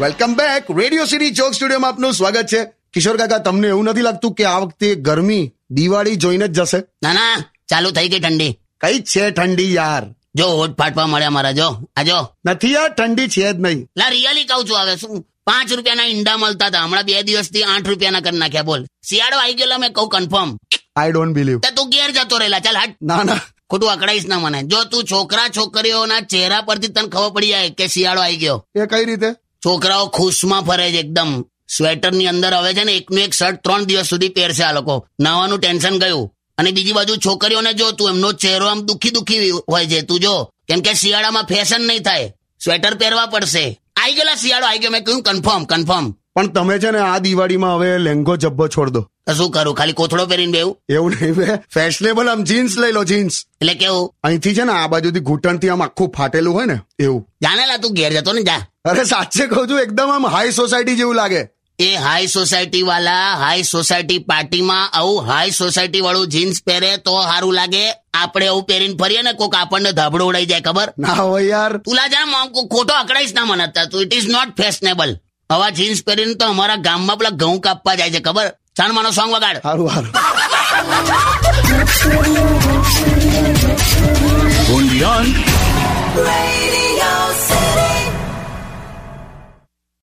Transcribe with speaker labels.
Speaker 1: Welcome back radio city joke સ્ટુડિયોમાં આપનું સ્વાગત છે કિશોર કાકા તમને એવું નથી લાગતું કે આ વખતે ગરમી દિવાળી જોઈને જ જશે
Speaker 2: ના ના ચાલુ થઈ ગઈ ઠંડી
Speaker 1: કઈ જ છે ઠંડી યાર
Speaker 2: જો હોઠ ફાટવા મળ્યા મારા જો આ જો
Speaker 1: નથી યાર ઠંડી છે જ નહીં
Speaker 2: લા રિયલી કહું છું હવે શું પાંચ રૂપિયાના ઈંડા મળતા હતા હમણાં બે દિવસથી આઠ રૂપિયાના કરી નાખ્યા બોલ શિયાળો આવી ગયેલો મેં કહું કન્ફર્મ
Speaker 1: આઈ ડોન્ટ બિલીવ
Speaker 2: તે તું ઘેર જતો રહેલા ચાલ હટ
Speaker 1: ના ના
Speaker 2: ખોટું અકડાઈશ ના મને જો તું છોકરા છોકરીઓના ચહેરા પરથી તને ખબર પડી જાય કે શિયાળો આવી ગયો
Speaker 1: એ કઈ રીતે
Speaker 2: છોકરાઓ ખુશમાં ફરે છે એકદમ સ્વેટરની અંદર હવે છે ને એકનું એક શર્ટ ત્રણ દિવસ સુધી પહેરશે આ લોકો નાવાનું ટેન્શન ગયું અને બીજી બાજુ છોકરીઓને જો તું એમનો ચહેરો આમ દુખી દુખી હોય છે તું જો કેમ કે શિયાળામાં ફેશન નહીં થાય સ્વેટર પહેરવા પડશે આઈ ગયેલા શિયાળો આઈ ગયો મેં કહ્યું કન્ફર્મ કન્ફર્મ
Speaker 1: પણ તમે છે ને આ દિવાળીમાં હવે લેંગો જબ્બો છોડ દો
Speaker 2: તો શું કરું ખાલી કોથળો પહેરીને બેવું
Speaker 1: એવું નહીં બે ફેશનેબલ આમ જીન્સ લઈ લો જીન્સ
Speaker 2: એટલે કેવું
Speaker 1: અહીંથી છે ને આ બાજુથી ઘૂંટણથી આમ આખું ફાટેલું હોય ને એવું
Speaker 2: જાણેલા તું ઘેર જતો ને જા
Speaker 1: અરે સાચે કહું છું એકદમ આમ હાઈ સોસાયટી જેવું લાગે
Speaker 2: એ હાઈ સોસાયટી વાળા હાઈ સોસાયટી પાર્ટીમાં આવું હાઈ સોસાયટી વાળું જીન્સ પહેરે તો સારું લાગે આપણે એવું પહેરીને ફરીએ ને કોક આપણને ધાબળો ઉડાઈ જાય ખબર
Speaker 1: ના હોય યાર
Speaker 2: તુલા જા મોં કો- ખોટો અકળાઈશ ના મને અત્યારે. તું ઇટ ઇઝ નોટ ફેશનેબલ આવા જીન્સ પહેરીને તો અમારા ગામમાં પેલા ઘઉં કાપવા જાય છે ખબર ચાલ મારો સોંગ વગાડ
Speaker 1: સારું સારું
Speaker 3: Radio